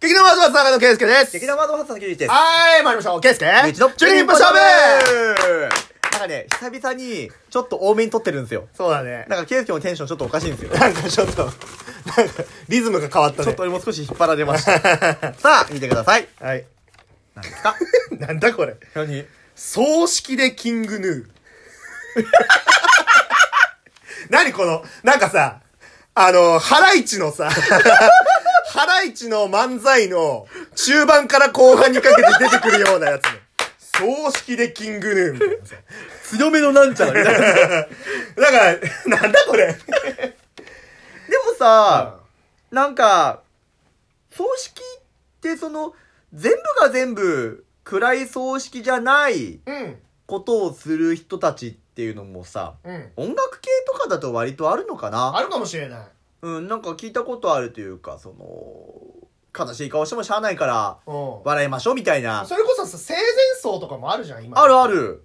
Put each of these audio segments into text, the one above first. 劇団ワードバー坂野圭介です。劇団ワードマン佐々木隆一です。はーい、参りましょう。圭介。一度チュリンポ勝負なんかね、久々に、ちょっと多めに撮ってるんですよ。そうだね。なんか、ケイスケのテンションちょっとおかしいん ですよ。なんかちょっと、なんか、リズムが変わったちょっねと。俺も少し引っ張られま した。さあ、見てください。はい。 何ですかなんだこれ。何葬式でキングヌー。 何この、なんかさ、あの、ハライチのさ、 ハライチの漫才の中盤から後半にかけて出てくるようなやつね。 葬式でキングヌーみたいなさ。強めのなんちゃらみたいな。 でもだから、なんだこれ。さ、なんか、葬式ってその、全部が全部、暗い葬式じゃないうん。ことをする人たちっていうのもさ、うん。音楽系とかだと割とあるのかなるかもしれない。うん、なんか聞いたことあるというか、その、悲しい顔してもしゃあないから、う笑いましょうみたいな。それこそさ生前葬とかもあるじゃん、今。あるあ。る。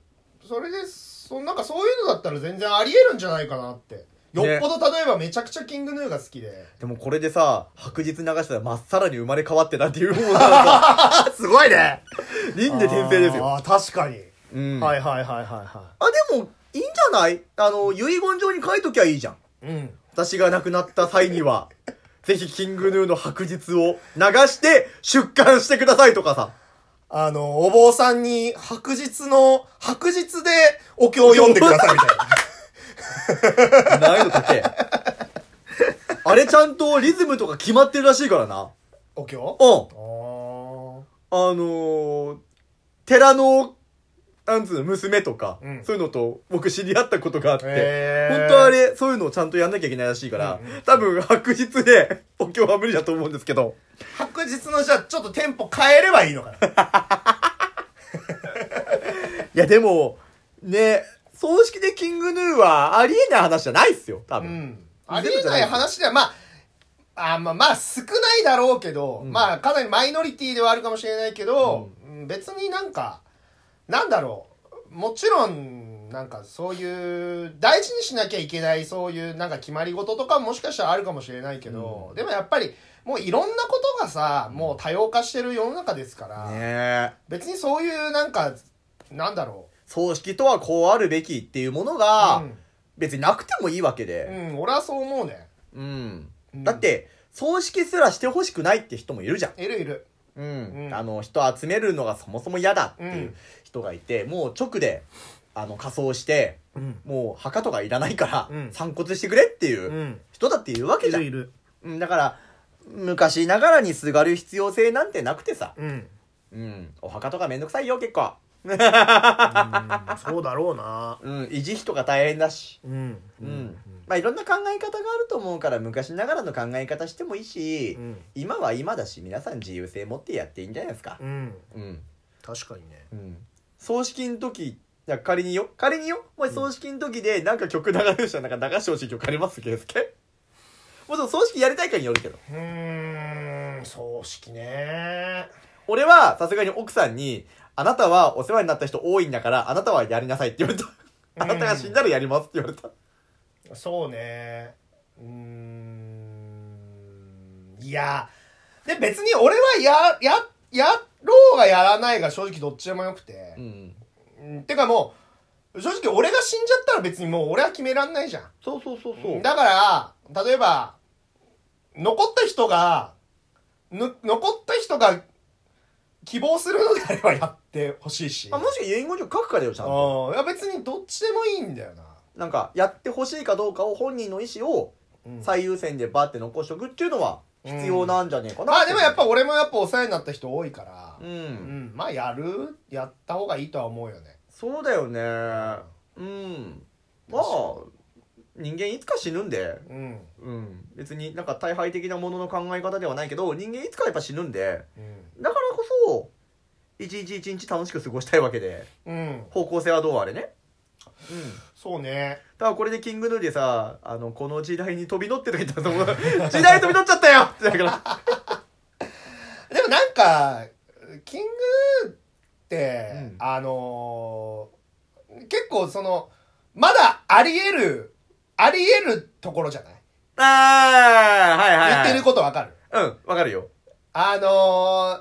それで、そなんかそういうのだったら全然あり得るんじゃないかなって。よっぽど例えばめちゃくちゃキングヌーが好きで。でもこれでさ、白日流したらまっさらに生まれ変わってたっていうもう なんかすごいね。輪廻転生ですよ。あー確かに。うん。。はいいはいはいはいはあ、でも、いいんじゃないあの、遺言状に書いときゃいいじゃん。い。うん。私が亡くなった際には、 ぜひキングヌーの白日を流して出棺してくださいとかさ。あの、お坊さんに白日の、白日でお経を読んでくださいみたいな。難易度高え。 あれちゃんとリズムとか決まってるらしいからな。 お経うん。おあのー、寺の、なんつうの、娘とか、うんそういうのと僕知り合ったことがあって、へー本当あれ、そういうのをちゃんとやんなきゃいけないらしいから、うん多分白日でお経は無理だと思うんですけど、白日のじゃあちょっとテンポ変えればいいのかな。いやでも、ね、葬式でキングヌーはありえない話じゃないっすよ、多う分。ん。ありえない話では、まあ、あまあ、まあ、少ないだろうけど、うんまあ、かなりマイノリティではあるかもしれないけど、うん別になんか、なんだろう。もちろん、なんかそういう、大事にしなきゃいけない、そういうなんか決まり事とかもしかしたらあるかもしれないけど、うんでもやっぱり、もういろんなことがさ、もう多様化してる世の中ですから、ねえ。別にそういうなんか、なんだろ葬式とはこうあるべきっていうものう。が、うん別になくてもいいわうけで、ん、俺はそう思うね。うん。うんだって、葬式すらしてほしくないって人もいるじゃん。いるいる。うんうんあの人集めるのがそもそも嫌だっていううん人がいて、もう直であの仮装してうん。もう墓とかいらないから、うん。散骨してくれっていううん人だっているわけいじゃん、るいる。うん、だから昔ながらにすがる必要性なんてなくてさ、うん。うん、お墓とかめんどくさいよ結構、うんそうだろうな。うん、維持費とか大変だし、うん。うんまあ、いろんな考え方があると思うから昔ながらの考え方してもいいし、うん。今は今だし皆さん自由性持ってやっていいんじゃないですか、うん。うん確かにね。うん、葬式の時いや仮によ仮によもし葬式の時でなんか曲流れる人なんか流してほしい曲ありますけどもちろん葬式やりたいかによるけどうーん、葬式ね。俺はさすがに奥さんに「あなたはお世話になった人多いんだからあなたはやりなさい」って言われた「あなたが死んだらやります」って言われたそうね。うーん。いや、で別に俺はや、や、やろうがやらないが正直どっちでもよくてう。んうん、てかもう、正直俺が死んじゃったら別にもう俺は決めらんないじゃん。そうそうそうそうだから、例えば、残った人が、ぬ残った人が希望するのであればやってほしいし。あもしくは遺言状書くかだよちゃんとうんいや別にどっちでもいいんだよな。なんかやってほしいかどうかを本人の意思をうん最優先でバーって残しておくっていうのは必要なんじゃねえかな、まあでもやっぱ俺もやっぱお世話になった人多いから、ううんまあやる、やった方がいいとは思うよね。そうだよねうんまあ人間いつか死ぬんで、うん。うん、別になんか大敗的なものの考え方ではないけど人間いつかやっぱ死ぬんでうん。だからこそ一日一日楽しく過ごしたいわけでうん。方向性はどうあれねうんそうね。だからこれでキングヌーでさあのこの時代に飛び乗ってとか言ったらその 時代飛び乗っちゃったよってだからでもなんか、キングって、うんあのー結構その、まだあり得る、あり得るところじゃないああはいはい、言はっい、てることわかるうんわかるよあの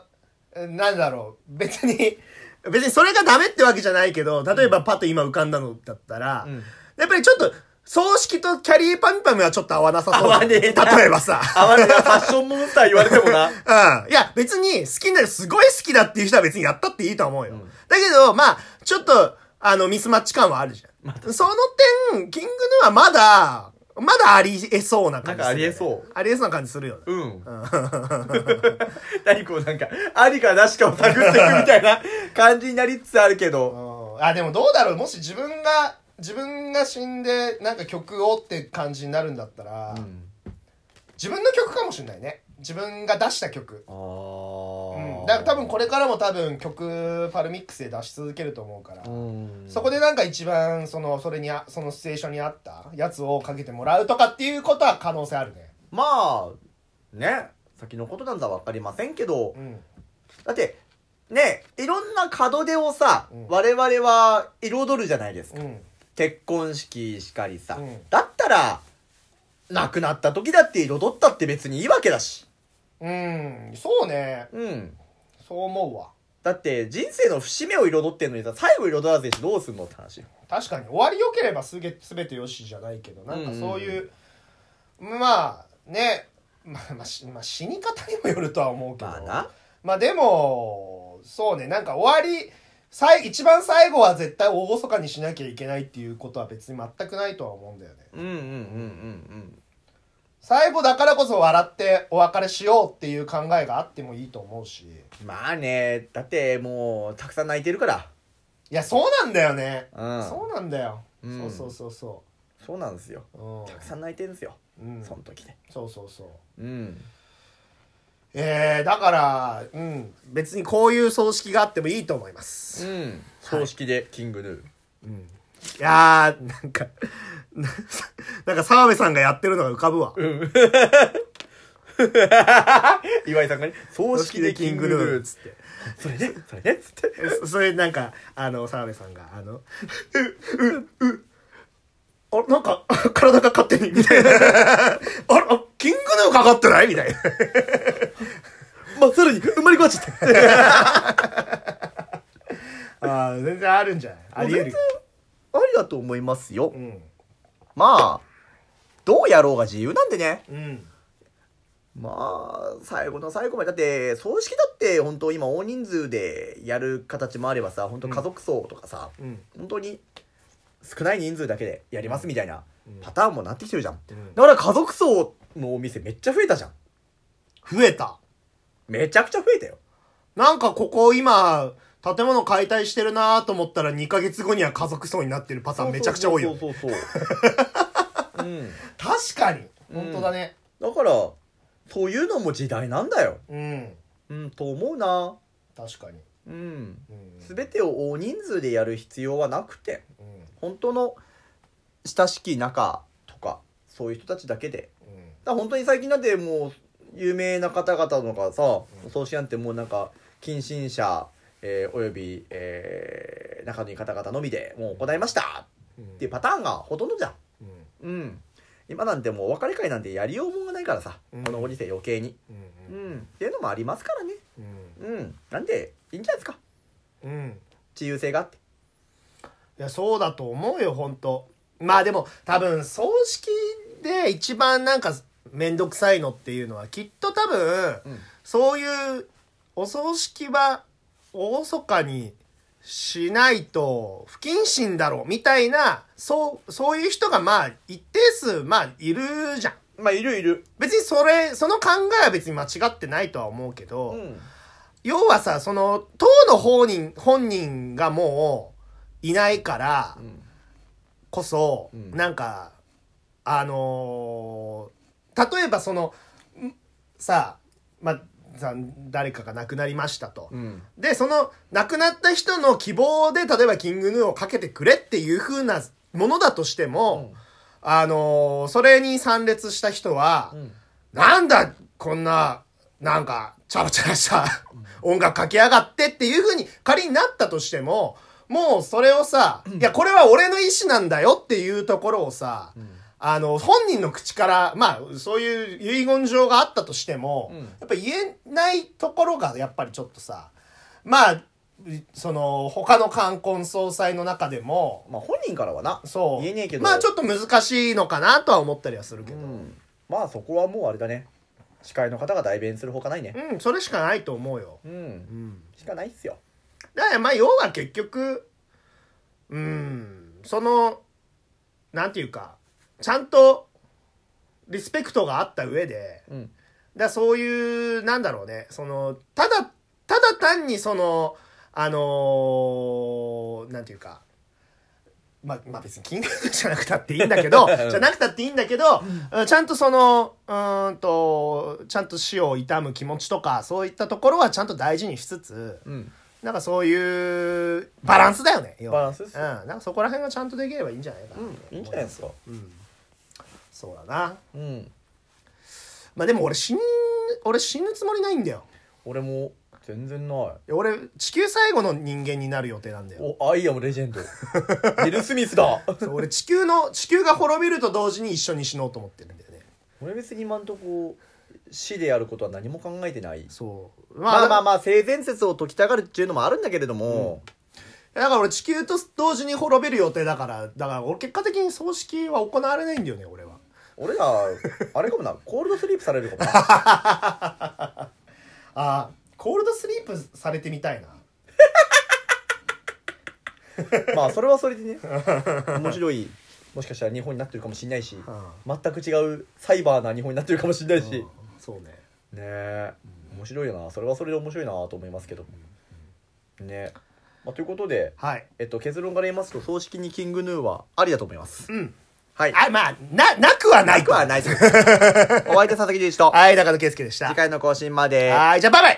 ーなんだろう、別に、 別にそれがダメってわけじゃないけど、例えばパッと今浮かんだのだったら、うんやっぱりちょっと、葬式とキャリーパミュパミュはちょっと合わなさそう合わだ。ねえな例えばさ。あまりなファッションモンスター言われてもな。うん。いや、別に好きになる、すごい好きだっていう人は別にやったっていいと思うよ。だけど、まあ、ちょっと、あの、ミスマッチ感はあるじゃん。その点、キングヌーはまだ、まだありえそうな感じする、なんかありえそう。ありえそうな感じするよね。うん。何こうなんか、ありかなしかを探っていくみたいな感じになりつつあるけど。うんあでもどうだろうもし自分が自分が死んでなんか曲をって感じになるんだったら、うん。自分の曲かもしれないね自分が出した曲あうん、ーだから多分これからも多分曲パルミックスで出し続けると思うから、うん。そこでなんか一番そのそれにあそのシチュエーションに合ったやつをかけてもらうとかっていうことは可能性あるねまあ、ね。先のことなんざわかりませんけどう。んだって、ね、いろんな門出をさ、うん我々は彩るじゃないですか。うん結婚式しかりさ。うんだったら、亡くなった時だって彩ったって別にいいわけだし。うんそうねうん。そう思うわだって人生の節目を彩ってんのにさ最後彩らずにどうすんのって話確かに終わりよければすげ全てよしじゃないけどなんかそういう、まあね、まあまあ、しまあ死に方にもよるとは思うけど、まあなまあでもそうねなんか終わり最一番最後は絶対大そかにしなきゃいけないっていうことは別に全くないとは思うんだよねうんうんうんうん最後だからこそ笑ってお別れしようっていう考えがあってもいいと思うしいうんまあねだってもうたくさん泣いてるからやそうなんだよね、うんそうなんだよ、うんそうそうそうそそうなんですよううんたくさん泣いてるんですよ、うんその時でそうそうそううんえー、だから、うん、別にこういう葬式があってもいいと思います。うん葬式でキングヌー、いやー、なんか、 ななんか澤部さんがやってるのが浮かぶわ。岩井さんがね葬葬式式ででキキンングヌグヌーーっつって。それねそれねっつってそそれなんか、あの、澤部さんが、あの、う、う、う、あ、なんか、体が勝手に、みたい な。ああ、キングヌーかかってないみたいな。 まあさらに生まれ変わっちゃったあー全然あるんじゃないあり得る。ありだと思いますようん。まあどうやろうが自由なんでねうん。まあ、最後の最後まで、だって、葬式だって、本当今大人数でやる形もあればさ、本当家族葬とかさ、うん。本当に少ない人数だけでやりますみたいなうんパターンもなってきてるじゃん。うんだから家族葬のお店めっちゃ増えたじゃん。増えた。めちゃくちゃ増えたよ。なんかここ今、建物解体してるなと思ったら2ヶ月後には家族葬になってるパターンめちゃくちゃ多いよね。そうそうそうそう。 うん。確かに。うん本当だね。だから、そういうのも時代なんだよ。うん。うん、と思うな。確かに。うん。うんすべてを大人数でやる必要はなくて。うん本当の親しき仲とかそういう人たちだけでうんだから本当に最近なんてもう有名な方々のがさ葬式なんてもうなんか近親者、えーおよび、えー仲のいい方々のみでもう行いましたっていうパターンがほとんどじゃん。うんうん今なんてもうお別れ会なんてやりようもがないからさ、うんこのご時世余計に、ううんん、っていうのもありますからねうんうんなんでいいんじゃないですかうん自由性があっていやそうだと思うよ本当まあでも多分葬式で一番なんか面倒くさいのっていうのはきっと多分、うんそういうお葬式はおそかにしないと不謹慎だろうみたいなそうそういう人がまあ一定数まあいるじゃんまあいるいる別にそれその考えは別に間違ってないとは思うけど、うん要はさその当の本人本人がもういないからうんこそ、うんなんかあのー例えばそのんさまあさ誰かが亡くなりましたと、うんでその亡くなった人の希望で例えば「キングヌー」をかけてくれっていう風なものだとしても、あのーそれに参列した人は、うんなんだ、こんな、なんか、チャラチャラした音楽かけやがってっていう風に仮になったとしても、もうそれをさ、いや、これは俺の意思なんだよっていうところをさ、うんあの、本人の口から、まあ、そういう遺言状があったとしても、うんやっぱ言えないところが、やっぱりちょっとさ、まあ、その、他の冠婚葬祭の中でも、まあ本人からはなそう。言えねえけどまあ、ちょっと難しいのかなとは思ったりはするけど。うんまあそこはもうあれだね司会の方が代弁するほかないねうん、それしかないと思うよ。うんうん。しかないっすよだからまあ要は結局うんそのなんていうかちゃんとリスペクトがあった上でうんだからそういうなんだろうねそのただただ単にそのあのーなんていうかまあ、まあ別に金額じゃなくたっていいんだけど うんじゃなくたっていいんだけど、ちゃんとそのうーんとちゃんと死を悼む気持ちとかそういったところはちゃんと大事にしつつ、うんなんかそういうバランスだよね。要はバランスっすうん。なんかそこら辺がちゃんとできればいいんじゃないかな。いいんじゃないですかうん。そうだな。うんまあでも俺死ん、俺死ぬつもりないんだよ。俺も全然ないいや俺、地球最後の人間になる予定なんだよ。おアイアムレジ ェンドビル・スミスだそう俺地球の、 地球が滅びると同時に一緒に死のうと思ってるんだよね。 俺別に今んとこ死でやることは何も考えてないそう。まあまあままあ性善説を解きたがるっていうのもあるんだけれども、あ。だから俺地球と同時に滅びる予定だから、だから俺結果的に葬式は行われないんだよね、俺は。俺らあれかもなコールドスリープされるかもなああ、コールドスリープされてみたいな。 まあそれはそれでね面白いもしかしたら日本になってるかもしれないし、全く違うサイバーな日本になってるかもしれなういし、んねそうね。え面白いよなそれはそれで面白いなと思いますけどねまあ、ということで、はい。えっと、結論から言いますと葬式にキングヌーはありだと思いますうん。はいあ、まあ、な、なくはないなくはないですお相手佐々木隆一とはい、中野圭介でした。次回の更新まではい、じゃあバイバイ